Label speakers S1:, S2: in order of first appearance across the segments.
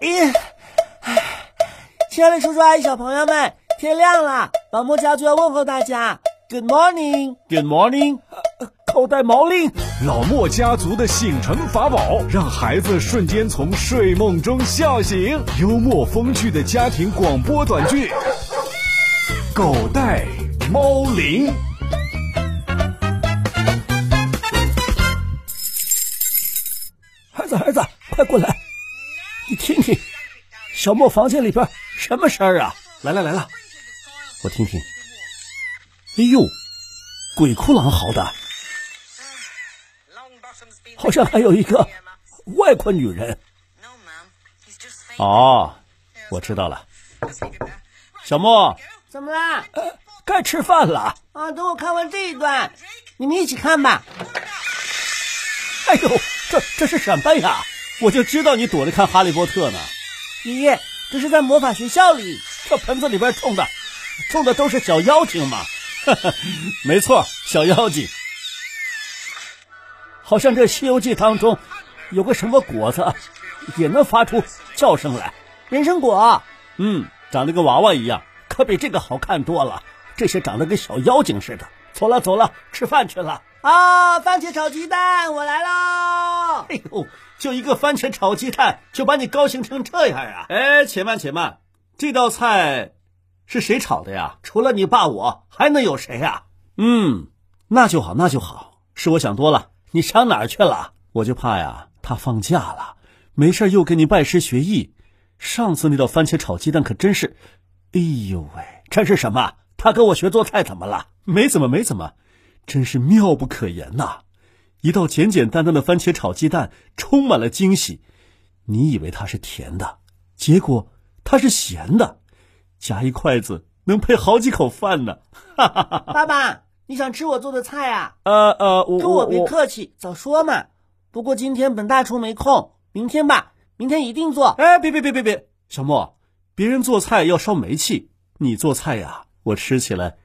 S1: 哎
S2: 天力叔叔阿姨、小朋友们，天亮了，毛毛家族要问候大家，Good morning，Good
S3: morning，
S2: 口袋毛令。
S3: 老莫家族的醒神法宝，让孩子瞬间从睡梦中笑醒。幽默风趣的家庭广播短剧，《狗带猫铃》。
S2: 孩子，孩子，快过来，你听听，小莫房间里边什么声儿啊？
S3: 来了来了，
S2: 我听听。哎呦，鬼哭狼嚎的，好像还有一个外国女人。哦，我知道了。小莫，
S1: 怎么啦？
S2: 呃，该吃饭了。
S1: 啊，等我看完这一段，你们一起看吧。
S2: 哎呦，这这是什么呀？我就知道你躲着看《哈利波特》呢。
S1: 爷爷，这是在魔法学校里，
S2: 这盆子里边种的，种的都是小妖精嘛。 呵呵没错，小妖精。好像这《西游记》当中有个什么果子，啊也能发出叫声来。
S1: 人参果，
S2: 嗯，长得跟娃娃一样，可比这个好看多了。这些长得跟小妖精似的。走了走了，吃饭去了。
S1: 啊、哦，番茄炒鸡蛋，我来喽！
S2: 哎呦，就一个番茄炒鸡蛋，就把你高兴成这样啊！哎，且慢且慢，这道菜是谁炒的呀？除了你爸我，还能有谁呀、啊？嗯，那就好，那就好，是我想多了。你上哪儿去了？我就怕呀，他放假了，没事又跟你拜师学艺。上次那道番茄炒鸡蛋可真是，哎呦喂，这是什么？他跟我学做菜怎么了？没怎么，没怎么，真是妙不可言呐、啊！一道简简单单的番茄炒鸡蛋，充满了惊喜。你以为它是甜的，结果它是咸的，夹一筷子能配好几口饭呢！哈哈哈哈
S1: 爸爸，你想吃我做的菜啊？
S2: 呃呃，我
S1: 跟我别客气，早说嘛。不过今天本大厨没空，明天吧，明天一定做。
S2: 哎，别别别别别，小莫，别人做菜要烧煤气，你做菜呀、啊。我吃起来，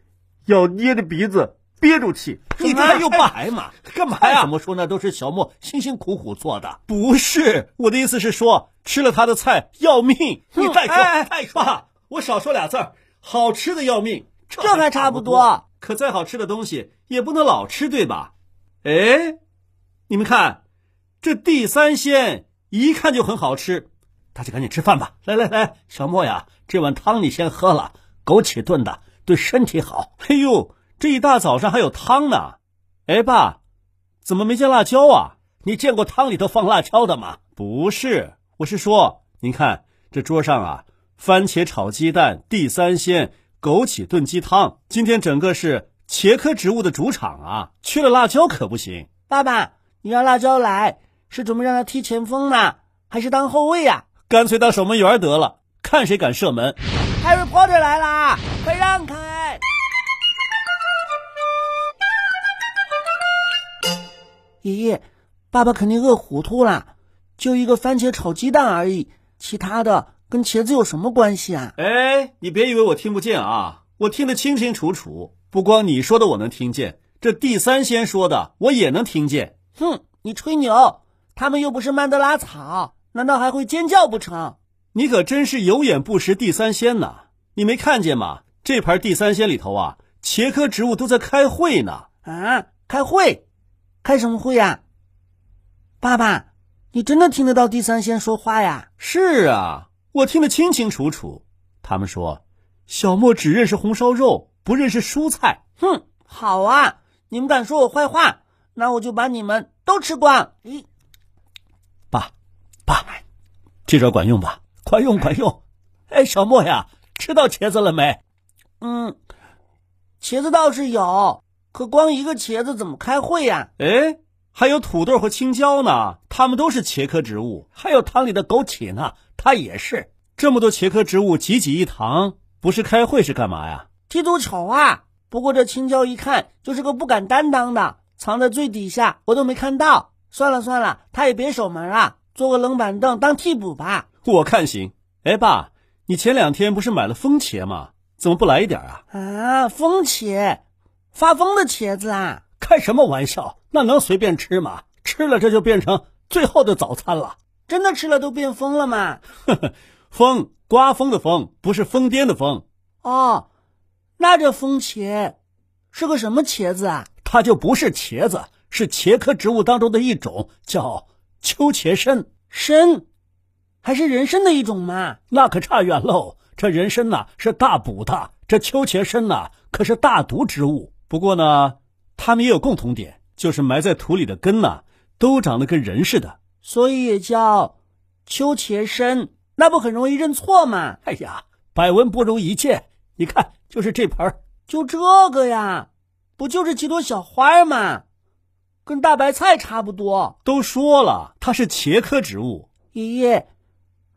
S2: 要捏着鼻子憋住气。你这又白嘛？ 干嘛呀？怎么说呢？都是小莫辛辛苦苦做的。不是，我的意思是说，吃了他的菜要命。你再说，
S3: 哎哎
S2: 再说、啊，我少说俩字儿，好吃的要命。这
S1: 还差不多。
S2: 可再好吃的东西也不能老吃，对吧？哎，你们看，这地三鲜一看就很好吃，大家赶紧吃饭吧。来来来，小莫呀，这碗汤你先喝了。枸杞炖的对身体好。哎呦，这一大早上还有汤呢！哎，爸，怎么没见辣椒啊？你见过汤里头放辣椒的吗？不是，我是说，您看这桌上啊，番茄炒鸡蛋、地三鲜、枸杞炖鸡汤，今天整个是茄科植物的主场啊，缺了辣椒可不行。
S1: 爸爸，你让辣椒来，是准备让他踢前锋呢，还是当后卫呀、
S2: 啊？干脆当守门员得了，看谁敢射门。
S1: Harry Potter 来啦！快让开！爷爷，爸爸肯定饿糊涂啦，就一个番茄炒鸡蛋而已，其他的跟茄子有什么关系啊？
S2: 哎，你别以为我听不见啊，我听得清清楚楚。不光你说的我能听见，这地三鲜说的我也能听见。
S1: 哼，你吹牛！他们又不是曼德拉草，难道还会尖叫不成？
S2: 你可真是有眼不识地三鲜呐！你没看见吗？这盘地三鲜里头啊，茄科植物都在开会呢。
S1: 啊，开会？开什么会呀、啊？爸爸，你真的听得到地三鲜说话呀？
S2: 是啊，我听得清清楚楚。他们说，小莫只认识红烧肉，不认识蔬菜。
S1: 哼，好啊！你们敢说我坏话，那我就把你们都吃光。咦，
S2: 爸，爸，这招管用吧？管用管用，哎，小莫呀，吃到茄子了没？
S1: 嗯，茄子倒是有，可光一个茄子怎么开会呀、
S2: 啊？哎，还有土豆和青椒呢，它们都是茄科植物。还有汤里的枸杞呢，它也是。这么多茄科植物挤挤一堂，不是开会是干嘛呀？
S1: 踢足球啊！不过这青椒一看就是个不敢担当的，藏在最底下，我都没看到。算了算了，他也别守门了，坐个冷板凳当替补吧。
S2: 我看行，哎，爸，你前两天不是买了风茄吗？怎么不来一点啊？
S1: 啊，风茄，发疯的茄子啊！
S2: 开什么玩笑？那能随便吃吗？吃了这就变成最后的早餐了。
S1: 真的吃了都变疯了吗？
S2: 呵呵，风，刮风的风，不是疯癫的疯，
S1: 哦，那这风茄是个什么茄子啊？
S2: 它就不是茄子，是茄科植物当中的一种，叫秋茄参。
S1: 参，还是人参的一种嘛？
S2: 那可差远喽。这人参呐、是大补的，这秋茄参呐、可是大毒植物。不过呢，它们也有共同点，就是埋在土里的根呐、都长得跟人似的。
S1: 所以也叫秋茄参，那不很容易认错嘛？
S2: 哎呀，百闻不如一见，你看就是这盆儿。
S1: 就这个呀，不就是几朵小花儿嘛，跟大白菜差不多。
S2: 都说了，它是茄科植物。
S1: 爷爷，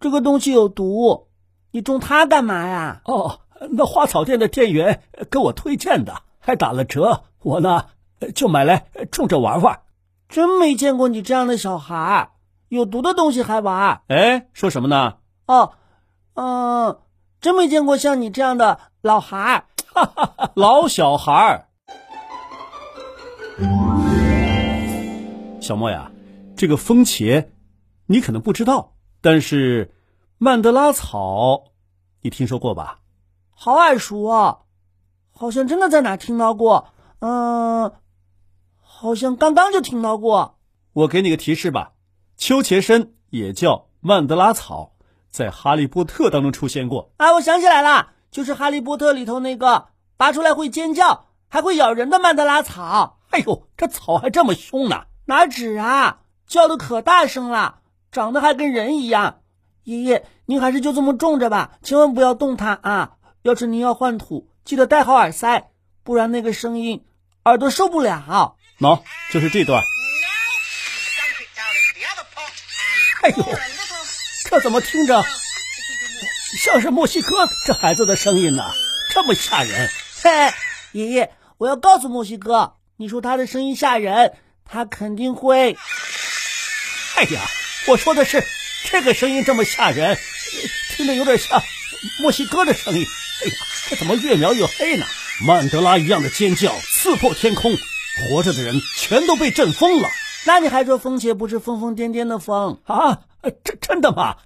S1: 这个东西有毒，你种它干嘛呀？
S2: 哦，那花草店的店员呃给我推荐的，还打了折。我呢呃就买来呃种着玩玩。
S1: 真没见过你这样的小孩儿，有毒的东西还玩儿
S2: 哎，说什么呢？
S1: 哦，嗯、真没见过像你这样的老孩儿。
S2: 老小孩儿。小莫呀，这个风茄你可能不知道，但是曼德拉草你听说过吧？
S1: 好耳熟哦，好像真的在哪听到过，嗯、好像刚刚就听到过。
S2: 我给你个提示吧，秋茄参也叫曼德拉草，在《哈利波特》当中出现过。
S1: 啊，我想起来了，就是《哈利波特》里头那个拔出来会尖叫还会咬人的曼德拉草，
S2: 哎呦，这草还这么凶呢！
S1: 哪止啊，叫的可大声了，长得还跟人一样。爷爷，您还是就这么种着吧，千万不要动它啊！要是您要换土，记得戴好耳塞，不然那个声音耳朵受不了。
S2: 喏、就是这段。
S4: Now you dump it down into the other pot and
S1: 哎
S2: Hey,
S4: pour
S2: look.
S4: a little
S2: 这怎么听着
S4: to keep it warm.
S2: 像是墨西哥这孩子的声音呢、这么吓人！
S1: 嘿，爷爷，我要告诉墨西哥，你说他的声音吓人，他肯定会。
S2: 哎呀，我说的是这个声音这么吓人，听着有点像墨西哥的声音。哎呀，这怎么越描越黑呢？曼德拉一样的尖叫刺破天空，活着的人全都被震疯了
S1: 那你还说风茄不是疯疯癫癫的疯？
S2: 啊！真真的吗？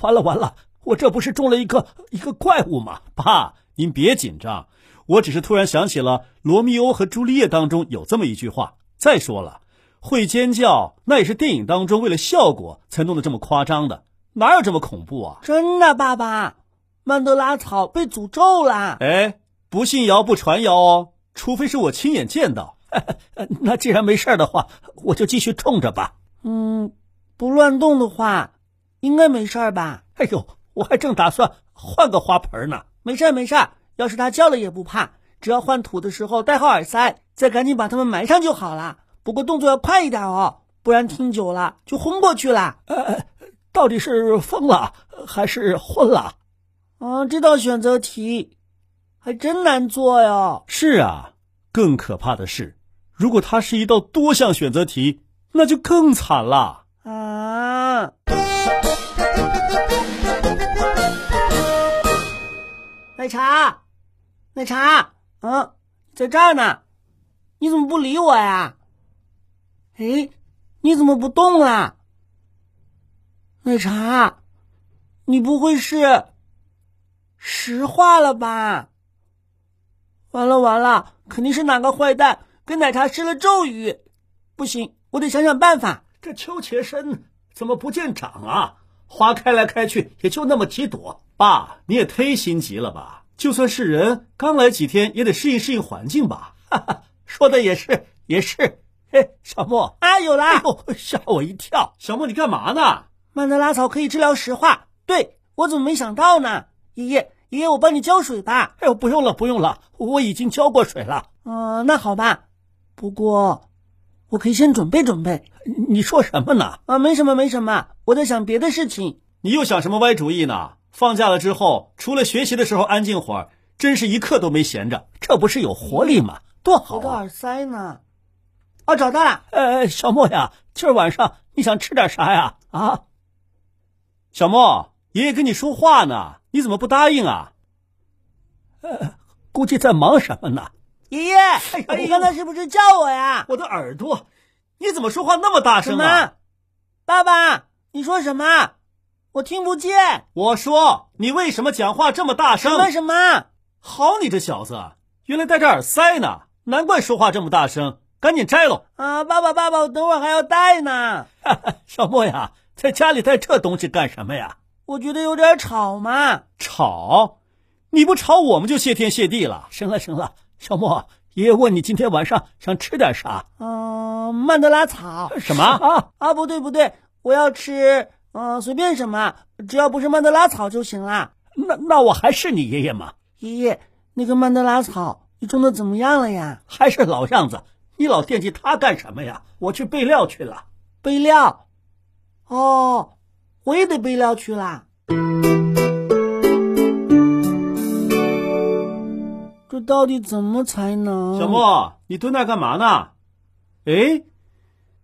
S2: 完了完了，我这不是中了一个一个怪物吗？爸，您别紧张，我只是突然想起了《罗密欧和朱丽叶》当中有这么一句话。再说了，会尖叫那也是电影当中为了效果才弄得这么夸张的，哪有这么恐怖啊？
S1: 真的，爸爸，曼德拉草被诅咒了。
S2: 哎，不信谣不传谣哦，除非是我亲眼见到。 那既然没事儿的话，我就继续种着吧。
S1: 嗯，不乱动的话，应该没事儿吧？
S2: 哎呦，我还正打算换个花盆呢。
S1: 没事儿，没事儿。要是它叫了也不怕，只要换土的时候戴好耳塞，再赶紧把它们埋上就好了。不过动作要快一点哦，不然听久了就昏过去了。
S2: 到底是疯了还是昏了？
S1: 啊，这道选择题还真难做哟。
S2: 是啊，更可怕的是，如果它是一道多项选择题，那就更惨了。
S1: 啊！奶茶，奶茶，啊，在这儿呢，你怎么不理我呀？哎，你怎么不动啊？奶茶，你不会是石化了吧？完了完了，肯定是哪个坏蛋给奶茶施了咒语。不行，我得想想办法。
S2: 这秋茄参怎么不见长啊？花开来开去也就那么几朵。爸，你也忒心急了吧？就算是人，刚来几天也得适应适应环境吧。哈哈，说的也是，也是。嘿，小莫，
S1: 啊，有啦！
S2: 哎呦，吓我一跳！小莫，你干嘛呢？
S1: 曼德拉草可以治疗石化。对，我怎么没想到呢？爷爷，爷爷，我帮你浇水吧。
S2: 哎呦，不用了，不用了，我已经浇过水了。
S1: 嗯、那好吧。不过，我可以先准备准备。
S2: 你说什么呢？
S1: 啊，没什么，没什么，我在想别的事情。
S2: 你又想什么歪主意呢？放假了之后，除了学习的时候安静会儿，真是一刻都没闲着。这不是有活力吗？多好
S1: 我的
S2: 啊！
S1: 耳塞呢？哦，找到了。
S2: 呃，小莫呀，今儿晚上你想吃点啥呀？啊，小莫，爷爷跟你说话呢，你怎么不答应啊？呃，估计在忙什么呢？
S1: 爷爷，
S2: 哎呦
S1: 你刚才是不是叫我呀？
S2: 我的耳朵，你怎么说话那么大
S1: 什
S2: 声啊
S1: 么？？爸爸，你说什么？我听不见。
S2: 我说你为什么讲话这么大声？
S1: 什么什么？
S2: 好你这小子，啊原来戴着耳塞呢，难怪说话这么大声。赶紧摘喽！
S1: 啊，爸爸爸爸，我等会儿还要戴呢。
S2: 小莫呀，在家里带这东西干什么呀？
S1: 我觉得有点吵嘛。
S2: 吵？你不吵我们就谢天谢地了。行了行了，小莫，爷爷问你今天晚上想吃点啥？
S1: 嗯、曼德拉草。
S2: 什么？啊？
S1: 啊，不对不对，我要吃，嗯、随便什么，只要不是曼德拉草就行啦。
S2: 那那我还是你爷爷吗？
S1: 爷爷，那个曼德拉草你种的怎么样了呀？
S2: 还是老样子，你老惦记他干什么呀？我去备料去了。
S1: 备料。哦，我也得备料去啦。这到底怎么才能？
S2: 小莫，你蹲那儿干嘛呢？哎，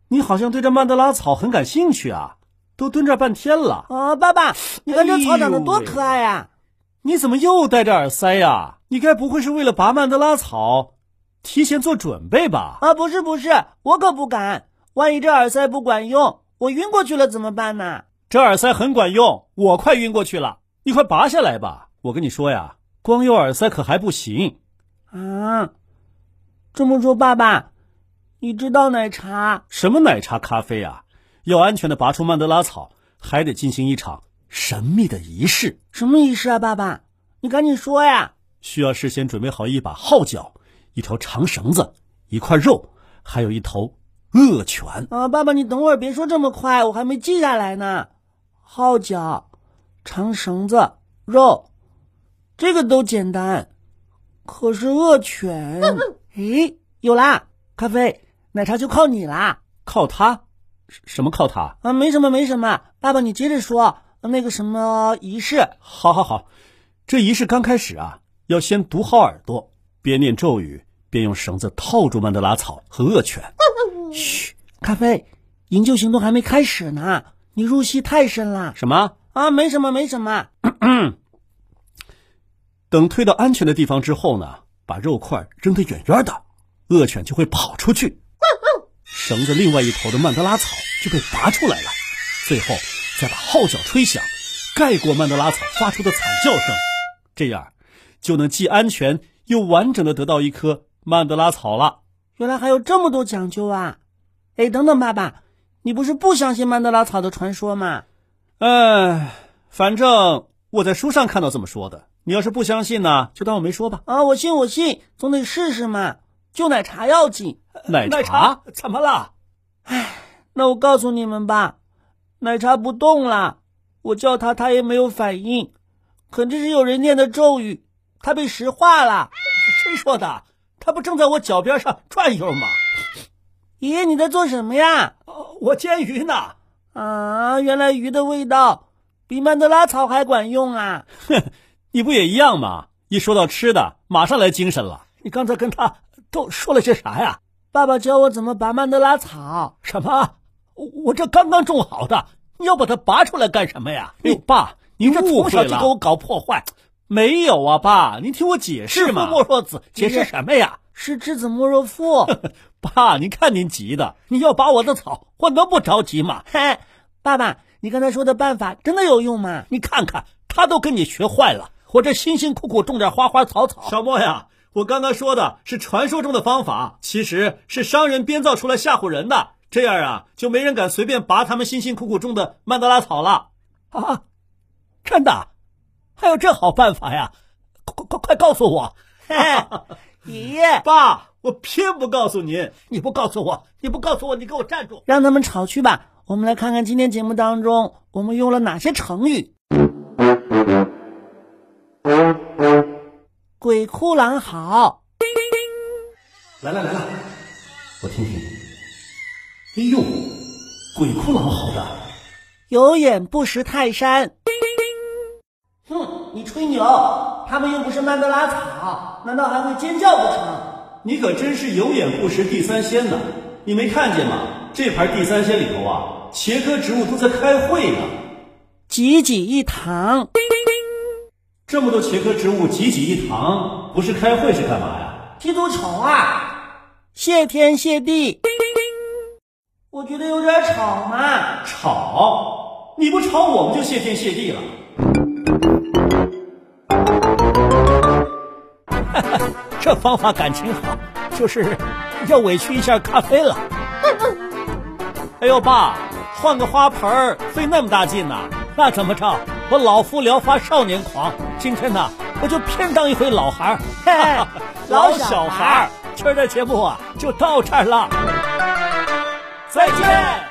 S2: 你好像对这曼德拉草很感兴趣啊，都蹲这儿半天了。
S1: 啊，爸爸，你看这草长得
S2: 哎
S1: 多可爱呀、
S2: 你怎么又戴着耳塞呀、你该不会是为了拔曼德拉草，提前做准备吧？
S1: 啊，不是不是，我可不敢，万一这耳塞不管用，我晕过去了怎么办呢？
S2: 这耳塞很管用，我快晕过去了，你快拔下来吧。我跟你说呀，光有耳塞可还不行。
S1: 啊，这么说，爸爸，你知道奶茶？
S2: 什么奶茶、咖啡啊，要安全的拔出曼德拉草，还得进行一场神秘的仪式，
S1: 什么仪式啊，爸爸？你赶紧说呀！
S2: 需要事先准备好一把号角、一条长绳子、一块肉，还有一头恶犬。
S1: 啊，爸爸，你等会儿别说这么快，我还没记下来呢。号角、长绳子、肉，这个都简单。可是恶 犬，诶，有啦！咖啡、奶茶就靠你啦！
S2: 靠它？什什么靠它？
S1: 啊，没什么，没什么。爸爸，你接着说那个什么仪式。
S2: 好好好，这仪式刚开始啊，要先堵好耳朵，边念咒语边用绳子套住曼德拉草和恶犬。
S1: 咖啡，营救行动还没开始呢，你入戏太深了。
S2: 什么？
S1: 啊，没什么，没什么。
S2: 等推到安全的地方之后呢，把肉块扔得远远的，恶犬就会跑出去。绳子另外一头的曼德拉草就被拔出来了，最后再把号角吹响，盖过曼德拉草发出的惨叫声，这样就能既安全又完整的得到一颗曼德拉草了。
S1: 原来还有这么多讲究啊！哎，等等，爸爸，你不是不相信曼德拉草的传说吗？
S2: 哎，反正我在书上看到这么说的，你要是不相信呢，就当我没说吧。
S1: 啊，我信，我信，总得试试嘛。就奶茶要紧。
S2: 奶
S1: 奶茶
S2: 怎么了？
S1: 那我告诉你们吧，奶茶不动了，我叫他，他也没有反应。可这是有人念的咒语，他被石化了。
S2: 谁说的？他不正在我脚边上转悠吗？
S1: 爷爷，你在做什么呀？
S2: 我煎鱼呢。
S1: 啊，原来鱼的味道比曼德拉草还管用啊！
S2: 你不也一样吗？一说到吃的，马上来精神了。你刚才跟他都说了些啥呀？
S1: 爸爸教我怎么拔曼德拉草。
S2: 什么？我我这刚刚种好的，你要把它拔出来干什么呀？哎呦，爸，您这
S1: 误
S2: 从
S1: 会
S2: 小就
S1: 了
S2: 给我搞破坏。没有啊，爸，您听我解释嘛。
S1: 是吗
S2: 莫若子，解释什么呀？
S1: 是赤子莫若父。
S2: 爸，您看您急的，你要拔我的草，我能不着急吗？
S1: 嘿，爸爸，你刚才说的办法真的有用吗？
S2: 你看看，他都跟你学坏了。我这辛辛苦苦种点花花草草。小莫呀，我刚刚说的是传说中的方法，其实是商人编造出来吓唬人的。这样啊，就没人敢随便拔他们辛辛苦苦种的曼德拉草了。啊，真的？啊还有这好办法呀？快快快告诉 我！
S1: 嘿，爷爷，
S2: 爸，我偏不告诉您。你不告诉我，你不告诉我，你给我站住！
S1: 让他们吵去吧。我们来看看今天节目当中我们用了哪些成语。鬼哭狼嚎，
S2: 来了来了，我听听。哎呦，鬼哭狼嚎的。
S1: 有眼不识泰山。哼，你吹牛！他们又不是曼德拉草，难道还会尖叫不成？
S2: 你可真是有眼不识地三鲜呐！你没看见吗？这盘地三鲜里头啊，茄科植物都在开会呢。
S1: 济济一堂，
S2: 这么多茄科植物挤挤一堂，不是开会是干嘛呀？
S1: 踢足球啊！谢天谢地，我觉得有点吵嘛。
S2: 吵！你不吵我们就谢天谢地了。 这方法感情好，就是要委屈一下咖啡了。哎呦，爸，换个花盆儿费那么大劲呐、那怎么着？我老夫聊发少年狂，今天呐，我就偏当一回老孩儿。
S1: 嘿嘿老
S2: 老小
S1: 小
S2: 孩
S1: 孩
S2: 儿，今儿的节目啊就到这儿了，再见。